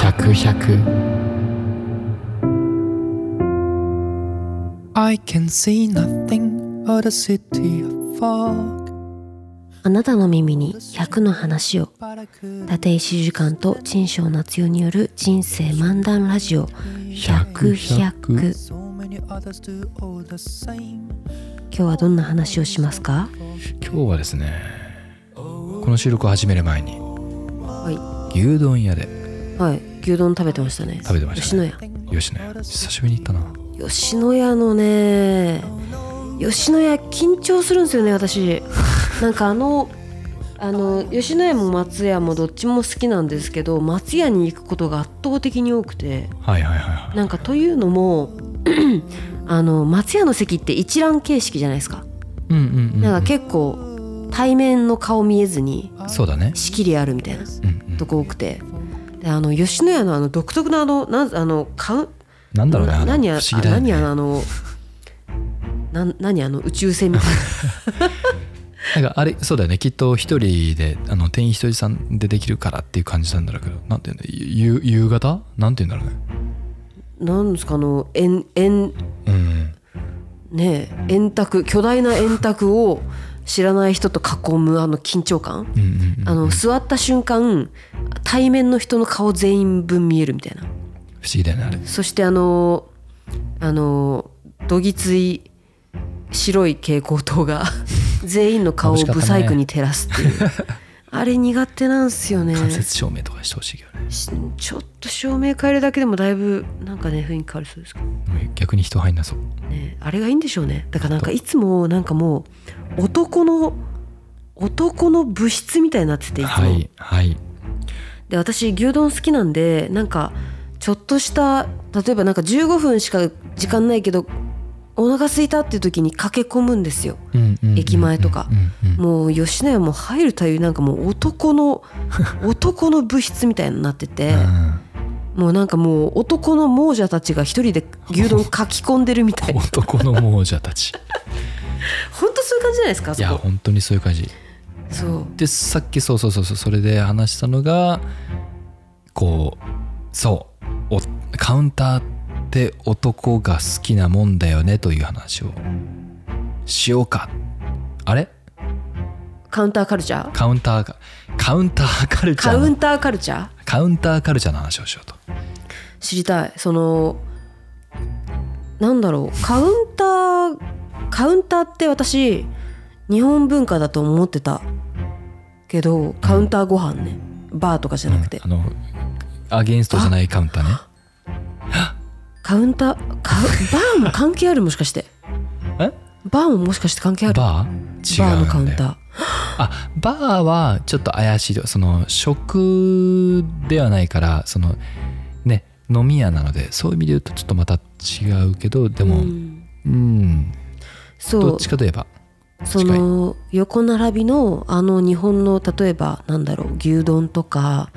百百 I can see nothing but a city of fog. あなたの耳に100の話を But I could 立石時間と陳章夏代による人生漫談ラジオ100 100 so many others do all the same. 今日はどんな話をしますか今日はですねこの収録を始める前には牛丼屋でい、はい、牛丼食べてましたね食べてましたね吉吉野家久しぶりに行ったな野家吉野家のね吉野家緊張するんですよ ね私なんかあのあの吉野家も松屋もどっちも好きなんですけど松屋に行くことが圧倒的に多くてはいはいはいはいなんかというのも あの松屋の席って一覧形式じゃないですかうんうんうんうんなんか結構対面の顔見えずにそうだね仕切りあるみたいなうんうんとこ多くてであの吉野家のあの独特なあのなんあのカウンなんだろうねあの何や不思議だよあ何ねやあのなん何あの宇宙船みたいなんかあれそうだよねきっと一人であの店員一人さんでできるからっていう感じなんだろうけどなんていうんだ夕夕方なんていうんだろうねな なんですかあの円円うんねえ円卓巨大な円卓を知らない人と囲むあの緊張感うんうんうんあの座った瞬間対面の人の顔全員分見えるみたいな不思議だよねあれそしてあのあのどぎつい白い蛍光 灯が全員の顔を眩しかったブねサイクに照らすっ ていう、あれ苦手なんすよね間接照明とかしてほしいけどねしちょっと照明変えるだけでもだいぶなんかね雰囲気変わりそうですけど逆に人入んなそうねあれがいいんでしょうねだからなんかいつもなんかもう男の男の物質みたいになってていつも、はいはいで私牛丼好きなんでなんかちょっとした例えばなんか15分しか時間ないけどお腹空いたっていう時に駆け込むんですようんうんうんうん駅前とかうんうんもう吉野家も入るというなんかもう男 の男の物質みたいになっててもうなんかもう男の亡者たちが一人で牛丼かき込んでるみたういんな男の亡者たち本当そういう感じじゃないですかあいやそこ本当にそういう感じそうでさっきそうそうそうそうそれで話したのがこうそうおカウンターって男が好きなもんだよねという話をしようかあれカウンターカルチャーカウンターがカウンターカルチャカーのウンターカルチャーカウンターカルチャーの話をしようと知りたいそのなんだろうカウンターカウンターって私日本文化だと思ってたけどカウンターご飯ねバーとかじゃなくて、うんあのアゲインストじゃないカウンターねカウンターカウバーも関係あるもしかしてえバーももしかして関係あるババーー違うんだよのカウンターあバーはちょっと怪しいとその食ではないからそのね飲み屋なのでそういう意味で言うとちょっとまた違うけどでもう、うんんどそっうちかといえばその横並びのあの日本の例えばなんだろう牛丼とか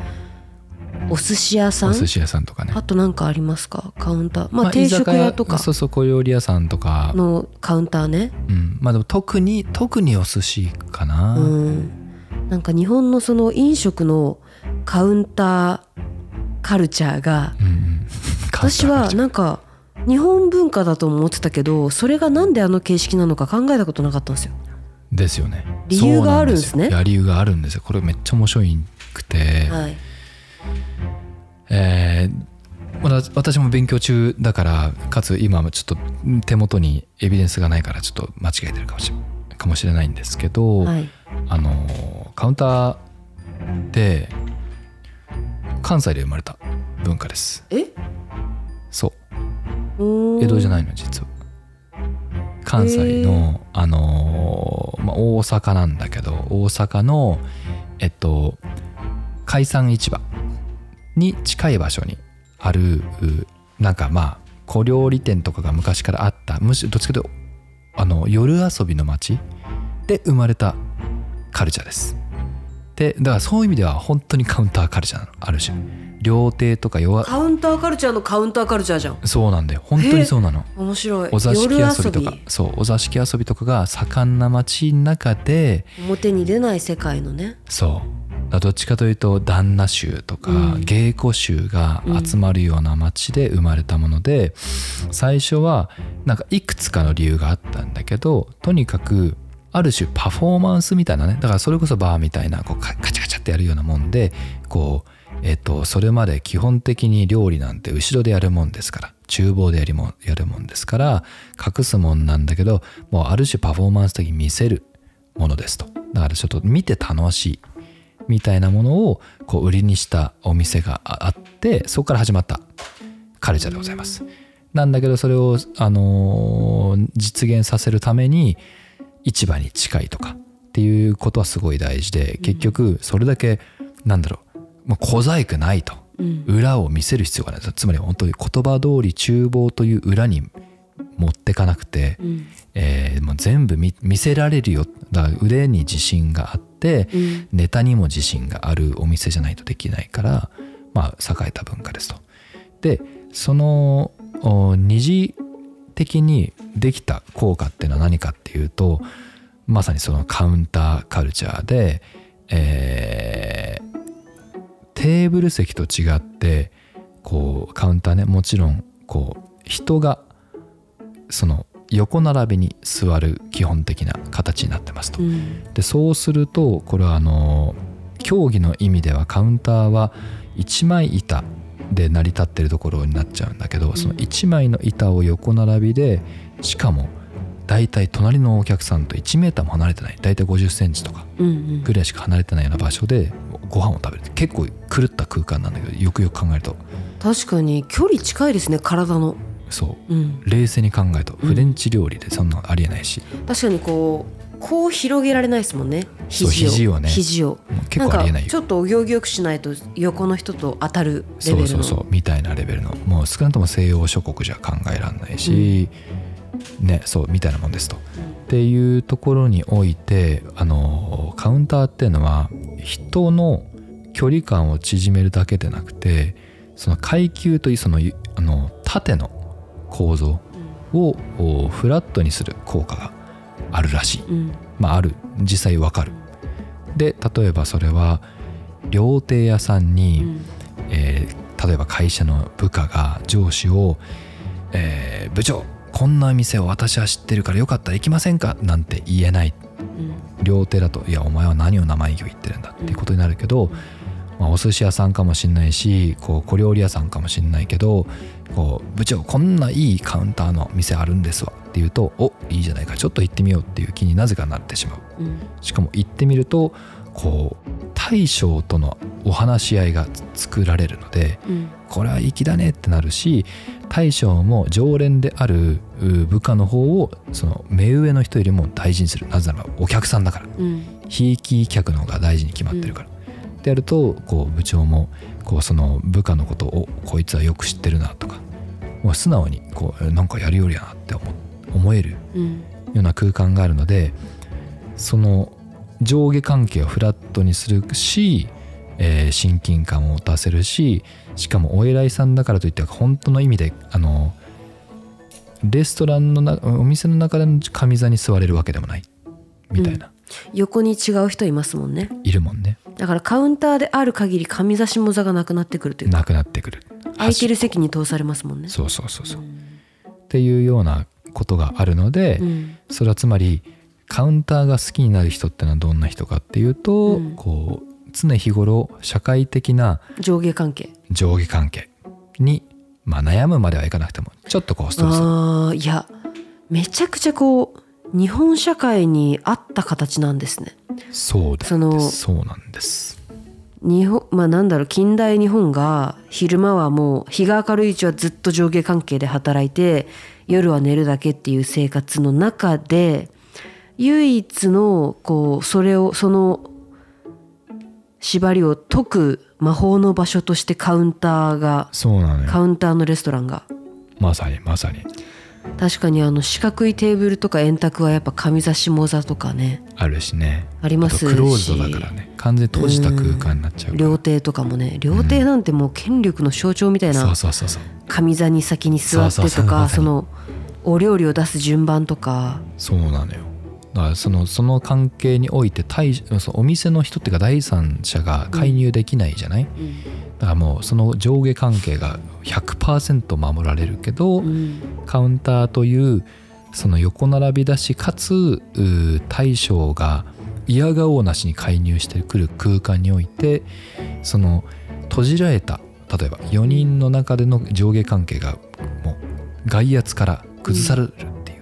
お寿司屋さおん寿司屋さんとかねあとなんかありますかカウンターまあ居定酒食屋とかそうそう小料理屋さんとか、のカウンターねうん、まあでも特に特にお寿司かな、うんなんか日本のその飲食のカウンターカルチャーがうんうん、私はなんか日本文化だと思ってたけどそれがなんであの形式なのか考えたことなかったんですよですよね理由があるんですねそうなよいや理由があるんですよこれめっちゃ面白いくて、はいえーまだ私も勉強中だからかつ今はちょっと手元にエビデンスがないからちょっと間違えてるかもしれかもしれないんですけど、はいあのーカウンターって関西で生まれた文化ですえそう江江戸じゃないいの実は関西の、あのーまあ、大阪なんだけど大阪のえっと海産市場に近い場所にあるうなんかまあ小料理店とかが昔からあったむしろどっちかというとあの夜遊びの街で生まれたカルチャーですでだからそういう意味では本当にカウンターカルチャーなのある種料亭とか弱カウンターカルチャーのカウンターカルチャーじゃんそうなんだよ本当にそうなの面白いお座敷遊び夜遊とびかそうお座敷遊びとかが盛んな街の中で表に出ない世界のねそだからどっちかというと旦那衆とかうん芸妓衆が集まるような町で生まれたもので、最初はなんかいくつかの理由があったんだけどとにかくある種パフォーマンスみたいなねだからそれこそバーみたいなこうカカチャカチャってやるようなもんでこう、えっとそれまで基本的に料理なんて後ろでやるもんですから厨房でやりもんやるもんですから隠すもんなんだけどもうある種パフォーマンス的に見せるものですとだからちょっと見て楽しいみたいなものをこう売りにしたお店がああってそこから始まったカルチャーでございます。なんだけどそれを、あのー実現させるために市場に近いとかっていうことはすごい大事で結局それだけなんだろう、まあ、小細工ないとうん裏を見せる必要がないつまり本当に言葉通り厨房という裏に持ってかなくて、うんえーもう全部見見せられるよだから腕に自信があって、うんネタにも自信があるお店じゃないとできないから、まあ、栄えた文化ですと。でそのお二次的にできた効果っていうのは何かっていうとまさにそのカウンターカルチャーで、えーテーブル席と違ってこうカウンターねもちろんこう人がその横並びに座る基本的な形になってますとう。んでそうするとこれはあの競技の意味ではカウンターは1枚板で成り立ってるところになっちゃうんだけどその1枚の板を横並びでしかも大体隣のお客さんと1メーターも離れてない大体5 0ンチとかうんうんぐらいしか離れてないような場所でご飯を食べる結構狂った空間なんだけどよくよく考えると確かに距離近いですね体のそううん冷静に考えるとうんフレンチ料理でそんなのありえないし確かにこうこう広げられないですもんねそう肘を肘をね肘をもう結構ありえないんよかちょっとお行儀よくしないと横の人と当たるレそベうルのそうそうみたいなレベルのもう少なくとも西洋諸国じゃ考えられないし、ねそうみたいなもんですと。っていうところにおいてあのカウンターっていうのは人の距離感を縮めるだけでなくてその階級というそのゆあの縦の構造をおフラットにする効果があるらしい。うんまあ、ある実際わかる。で例えばそれは料亭屋さんに、うんえー例えば会社の部下が上司を、えー部長こんな店を私は知ってるからよかったら行きませんか?」なんて言えないうん両手だと「いやお前は何を生意気を言ってるんだ」っていうことになるけど、まあ、お寿司屋さんかもしんないしこう小料理屋さんかもしんないけどこう「部長こんないいカウンターの店あるんですわ」って言うと「おいいじゃないかちょっと行ってみよう」っていう気になぜかなってしまう。うんしかも行ってみるとこう大将とのお話し合いが作られるのでうんこれは粋だねってなるし大将も常連であるう部下の方をその目上の人よりも大事にするなぜならばお客さんだからうんひいき客の方が大事に決まってるから。ってやるとこう部長もこうその部下のことをおこいつはよく知ってるなとかもう素直にこうえなんかやるよりやなって思思えるうんような空間があるのでその上下関係をフラットにするし、えー親近感を出せるししかもお偉いさんだからといって本当の意味であのレストランのなお店の中での上座に座れるわけでもないみたいな、横に違う人いますもんねいるもんねだからカウンターである限り上座下座がなくなってくるというかなくなってくる空いてる席に通されますもんねそうそうそうそうっていうようなことがあるので、うんそれはつまりカウンターが好きになる人ってのはどんな人かっていうと、うんこう常日頃社会的な上下関係上下関係に、まあ、悩むまではいかなくてもちょっとこうストレスああいやめちゃくちゃこう日本社会に合った形なんですねそうだそのそうなんです日本まあなんだろう近代日本が昼間はもう日が明るいうちはずっと上下関係で働いて夜は寝るだけっていう生活の中で唯一のこうそれをその縛りを解く魔法の場所としてカウンターがそうなのよカウンターのレストランがまさにまさに確かにあの四角いテーブルとか円卓はやっぱ上座下座とかねあるしねありますしあとクローズドだからね完全に閉じた空間になっちゃうから料亭とかもね料亭なんてもう権力の象徴みたいなそうそうそうそう上座に先に座ってそうそうそとうまさかにそのお料理を出す順番とかそうなのよだからそのその関係において対そのお店の人っていうか第三者が介入できないじゃない、うんだからもうその上下関係が100%守られるけど、うんカウンターというその横並びだしかつうー大将が嫌がおうなしに介入してくる空間においてその閉じられた例えば4人の中での上下関係がもう外圧から崩されるっていう、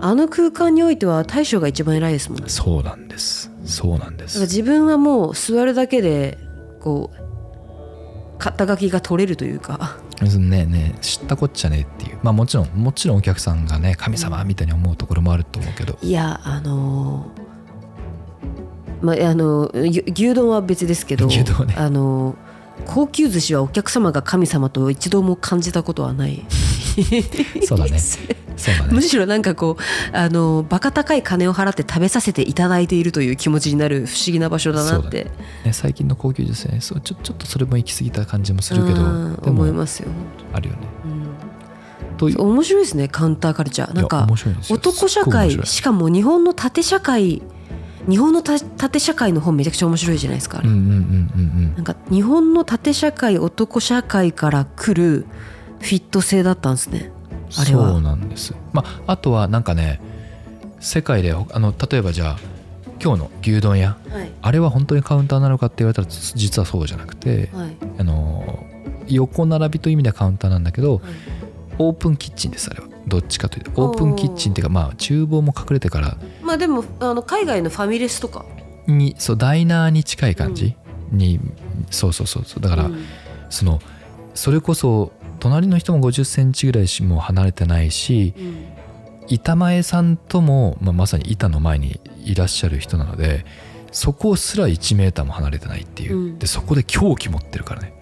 あの空間においては大将が一番偉いですもんねそうなんですそうなんでだからす自分はもう座るだけでこう肩書きが取れるというかねえねえ知ったこっちゃねえっていうまあもちろんもちろんお客さんがね神様みたいに思うところもあると思うけどいやあのーまああのゆ牛丼は別ですけど牛丼ねあのー高級寿司はお客様が神様と一度も感じたこと はないそうだねそうだねむしろなんかこうあのバカ高い金を払って食べさせていただいているという気持ちになる不思議な場所だなって、ね、最近の高級女性ねそうちょちょっとそれも行き過ぎた感じもするけどうんで思いもますよ、あるよねうんという面白いですねカウンターカルチャーなんいやか面白いですよ男社すっごい面会白しかも日本の縦社会日本のた縦社会の本めちゃくちゃ面白いじゃないですかあれいうんうんうんなんか日本の縦社会男社会から来るフィット性だったんですねうんうんあれはそうなんですまああとはなんかね世界であの例えばじゃあ今日の牛丼屋はいあれは本当にカウンターなのかって言われたらつ実はそうじゃなくてはいあの横並びという意味ではカウンターなんだけどオープンキッチンですあれはどっちかというとオープンキッチンっていうかまあ厨房も隠れてからまあでもあの海外のファミレスとかにそうダイナーに近い感じにそうそうそうそうだから、うんそのそれこそ隣の人も5 0センチぐらいしもう離れてないしうん板前さんとも、まあ、まさに板の前にいらっしゃる人なのでそこすら1メーターも離れてないっていう、うんでそこで狂気持ってるからね、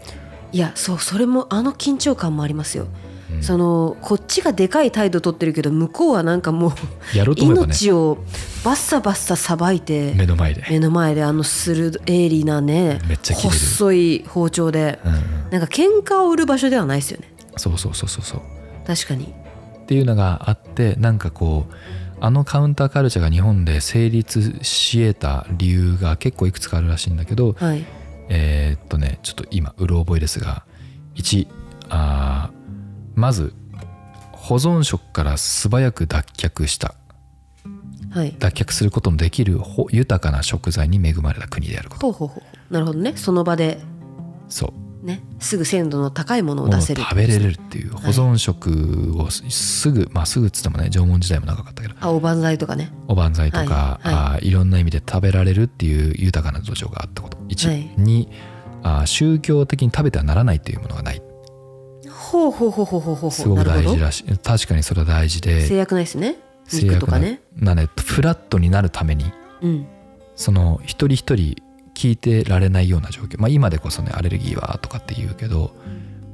いやそうそれもあの緊張感もありますよ、うんそのこっちがでかい態度取ってるけど向こうはなんかもうやろうと思えばね命をバッサバッサさばいて目の前で、目の前であの鋭鋭利なねめっちゃ切れる細い包丁でうんうん、なんか喧嘩を売る場所ではないですよねそうそうそうそうそう確かにっていうのがあってなんかこうあのカウンターカルチャーが日本で成立し得た理由が結構いくつかあるらしいんだけどはいえーっとねちょっと今うろ覚えですが1あーまず保存食から素早く脱却したはい脱却することのできるほ豊かな食材に恵まれた国であることほうほうほうなるほどねその場でそうねすぐ鮮度の高いものをもの出をせる食べれるっていう保存食をすぐまあすぐっつってもね縄文時代も長かったけどあおばんざいとかねおばんざいとか、はいはいあーいろんな意味で食べられるっていう豊かな土壌があったこと1、はい2あー宗教的に食べてはならないというものがないほうほうほうほうほうほうすごくな大るほ事どらしい確かにそれは大事で制約ないですね制肉と約かなねなのでフラットになるためにうんその一人一人聞いてられないような状況まあ今でこそねアレルギーはとかって言うけど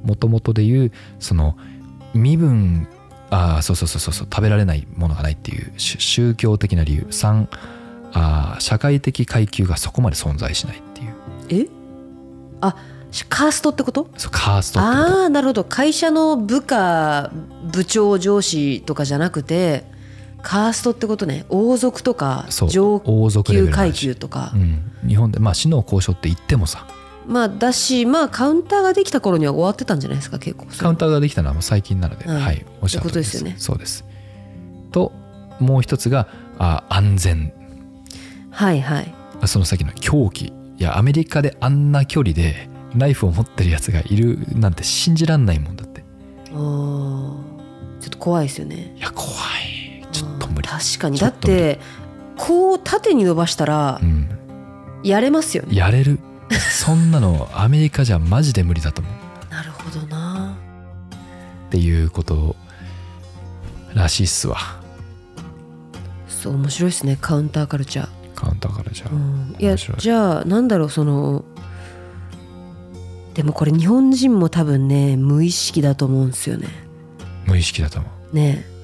もともとで言うその身分あーそうそうそうそうそう食べられないものがないっていうし宗教的な理由3あー社会的階級がそこまで存在しないっていうえあしカーストってことそうカーストってことああーなるほど会社の部下部長上司とかじゃなくてカーストってことね王族とかそう上王族レベ級ルの話階級とかうん、日本でまあ死の交渉って言ってもさまあだしまあカウンターができた頃には終わってたんじゃないですか結構カウンターができたのはもう最近なので、うんはい、おっしゃる通りってことですよねそうです。ともう一つがあ安全はいはいその先の狂気いやアメリカであんな距離でナイフを持ってるやつがいるなんて信じらんないもんだってあーちょっと怖いですよねいや怖いちょっと無理あ、ー確かにちょだっっと無理てこう縦に伸ばしたらうん、やれますよねやれるそんなのアメリカじゃマジで無理だと思うなるほどなっていうことらしいっすわそう面白いですねカウンターカルチャーカウンターからじゃあ、うん、いや面白いじゃあなんだろうそのでもこれ日本人も多分ね無意識だと思うんですよね。無意識だと思うねえ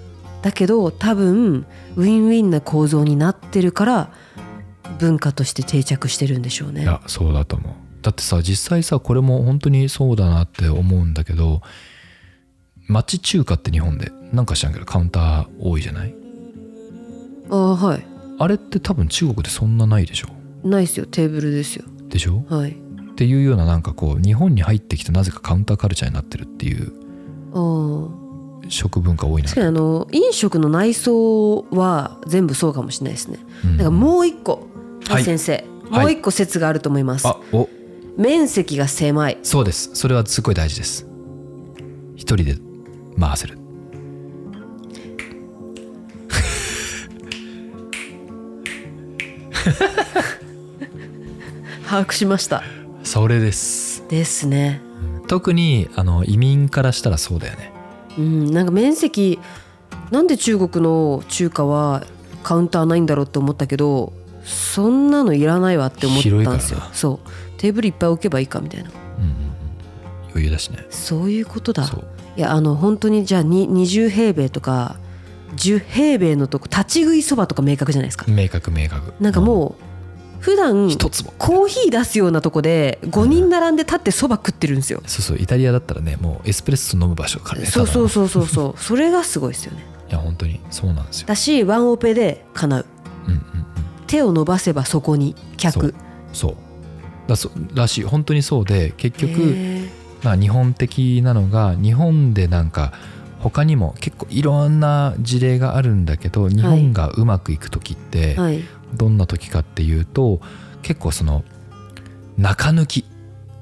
だけど多分ウィンウィンな構造になってるから文化として定着してるんでしょうねい。やそうだと思うだってさ実際さこれも本当にそうだなって思うんだけど町中華って日本でなんか知らんけどカウンター多いじゃないああはい。あれって多分中国でそんなないでしょないっすよテーブルですよでしょはいっていうようななんかこう日本に入ってきてなぜかカウンターカルチャーになってるっていうあー食文化多いな確かにあの飲食の内装は全部そうかもしれないですねうんだからもう一個はい、はい先生はいもう一個説があると思います、あお面積が狭いそうですそれはすっごい大事です一人で回せる把握しましたそれですですね特にあの移民からしたらそうだよねうんなんか面積なんで中国の中華はカウンターないんだろうって思ったけどそんなのいらないわって思ったんで広すよいからなそうテーブルいっぱい置けばいいかみたいなうんうんうん余裕だしねそういうことだそういやあの本当にじゃあに20平米とか10平米のとこ立ち食いそばとか明確じゃないですか明確明確なんかもう普段一坪コーヒー出すようなとこで5人並んで立ってそば食ってるんですよ、そうそうイタリアだったらねもうエスプレッソ飲む場所からねそうそうたそうそうそう それがすごいですよねだのいや本当にそうなんですよだしワンオペで叶ううんうんうん手を伸ばせばそこにそう客そうだそらしい本当にそうで結局、へーまあ、日本的なのが日本でなんか他にも結構いろんな事例があるんだけど日本がうまくいく時ってはいどんな時かっていうと結構その中抜き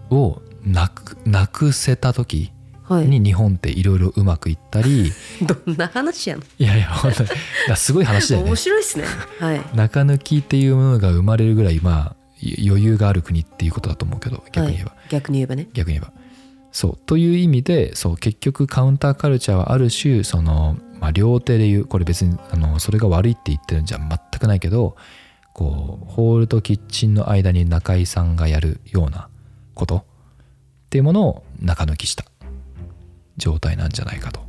をなくなくせた時はいに日本っていろいろうまくいった り、どんな話やのいやいや本当にだからす ごい話だよね面白いですねはい中抜きっていうものが生まれるぐらいまあ余裕がある国っていうことだと思うけど 逆に言えば、はい、逆に言えばね逆に言えばそうという意味でそう結局カウンターカルチャーはある種その、まあ、両手で言うこれ別にあのそれが悪いって言ってるんじゃ全くないけどこうホールとキッチンの間に中居さんがやるようなことっていうものを中抜きした状態なんじゃないかと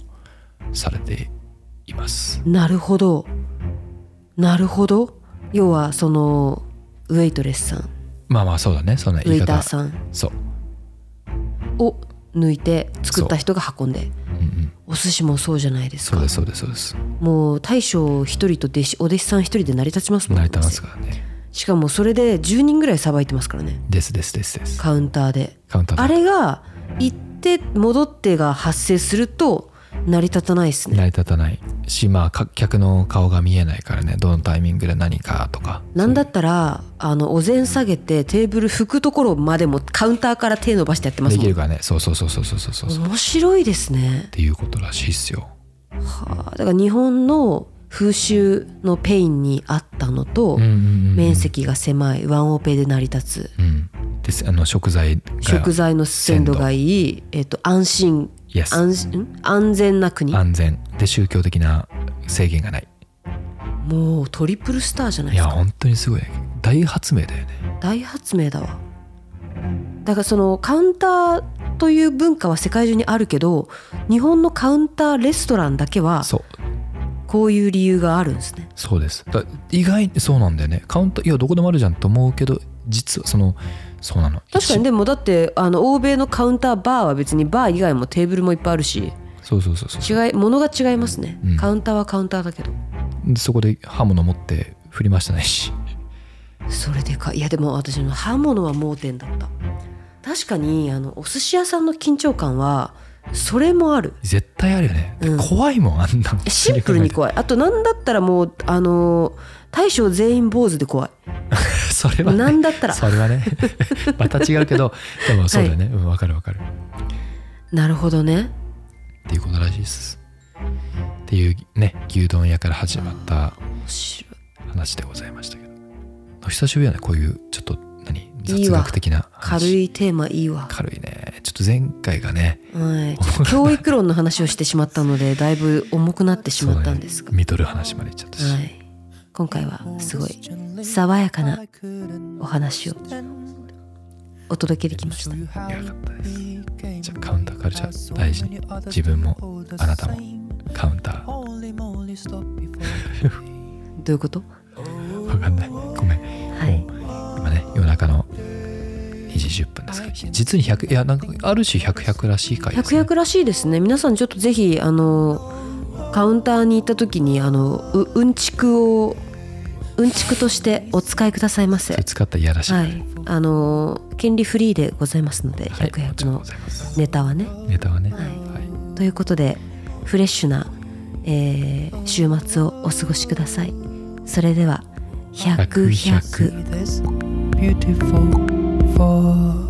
されています。なるほどなるほど要はそのウェイトレスさんまあまあそうだねそんなウェ言いイター方さんそう、を抜いて作った人が運んでうんうん、お寿司もそうじゃないですかそうですそうですそうですもう大将一人と弟子お弟子さん一人で成り立ちますもん成り立ますからねしかもそれで10人ぐらいさばいてますからねですですですですカウンターでカウンターあでれが行って戻ってが発生すると成り立たないです成ねり立たないしまあか客の顔が見えないからねどのタイミングで何かとかなんだったらあのお膳下げてテーブル拭くところまでもカウンターから手伸ばしてやってますでもきるんからねそうそうそうそうそうそうそうっ面白いですねていうことらしいっすよはあだから日本の風習のペインにあったのと、うんうんうんうん面積が狭いワンオペで成り立つうんですあの食材が食材の鮮度がいい、えっと安心 Yes 安心ん安全な国安全で宗教的な制限がないもうトリプルスターじゃないいですやか本当にすごいね大発明だよね大発明だわだからそのカウンターという文化は世界中にあるけど日本のカウンターレストランだけはそうこういう理由があるんですねそうですだ意外にそうなんだよねカウンターいやどこでもあるじゃんと思うけど実はそのそうなの確かにでもだってあの欧米のカウンターバーは別にバー以外もテーブルもいっぱいあるしそうそうそうそう違いものが違いますね、うんカウンターはカウンターだけどでそこで刃物持って振りましたねしそれでかいいやでも私の刃物は盲点だった確かにあのお寿司屋さんの緊張感はそれもある絶対あるよね、でうん怖いもんあんなのシンプルに怖いあとなんだったらもうあの大将全員坊主で怖い それはねなんだったらそれは ねまた違うけどでもそうだよね、うん、わかるわかるなるほどねっていうことらしいですっていうね牛丼屋から始まった面白い話でございましたけど久しぶりやねこういうちょっと何いい雑わ学的な話軽いテーマいいわ、軽いねちょっと前回がねはい、ちょっと教育論の話をしてしまったのでだいぶ重くなってしまったんですが、ミドル話までいっちゃったし、はい、今回はすごい爽やかなお話をお届けできましたいやよかったですじゃあカウンターカルチャー大事に自分もあなたもカウンターどういうことわかんないごめんはい今ね夜中の2時10分ですけど実に100いやなんかある種100 100らしい回です、百ね、薬らしいですね皆さんちょっとぜひあのカウンターに行った時にあのううんちくをうんちくとしてお使いくださいませそれ使ったらいやらしい、ははいいあのー権利フリーでございますので100もち100ろんのございますネタはねネタはね、はいはいということでフレッシュな、えー週末をお過ごしくださいそれでは100 100 100 This beautiful fog.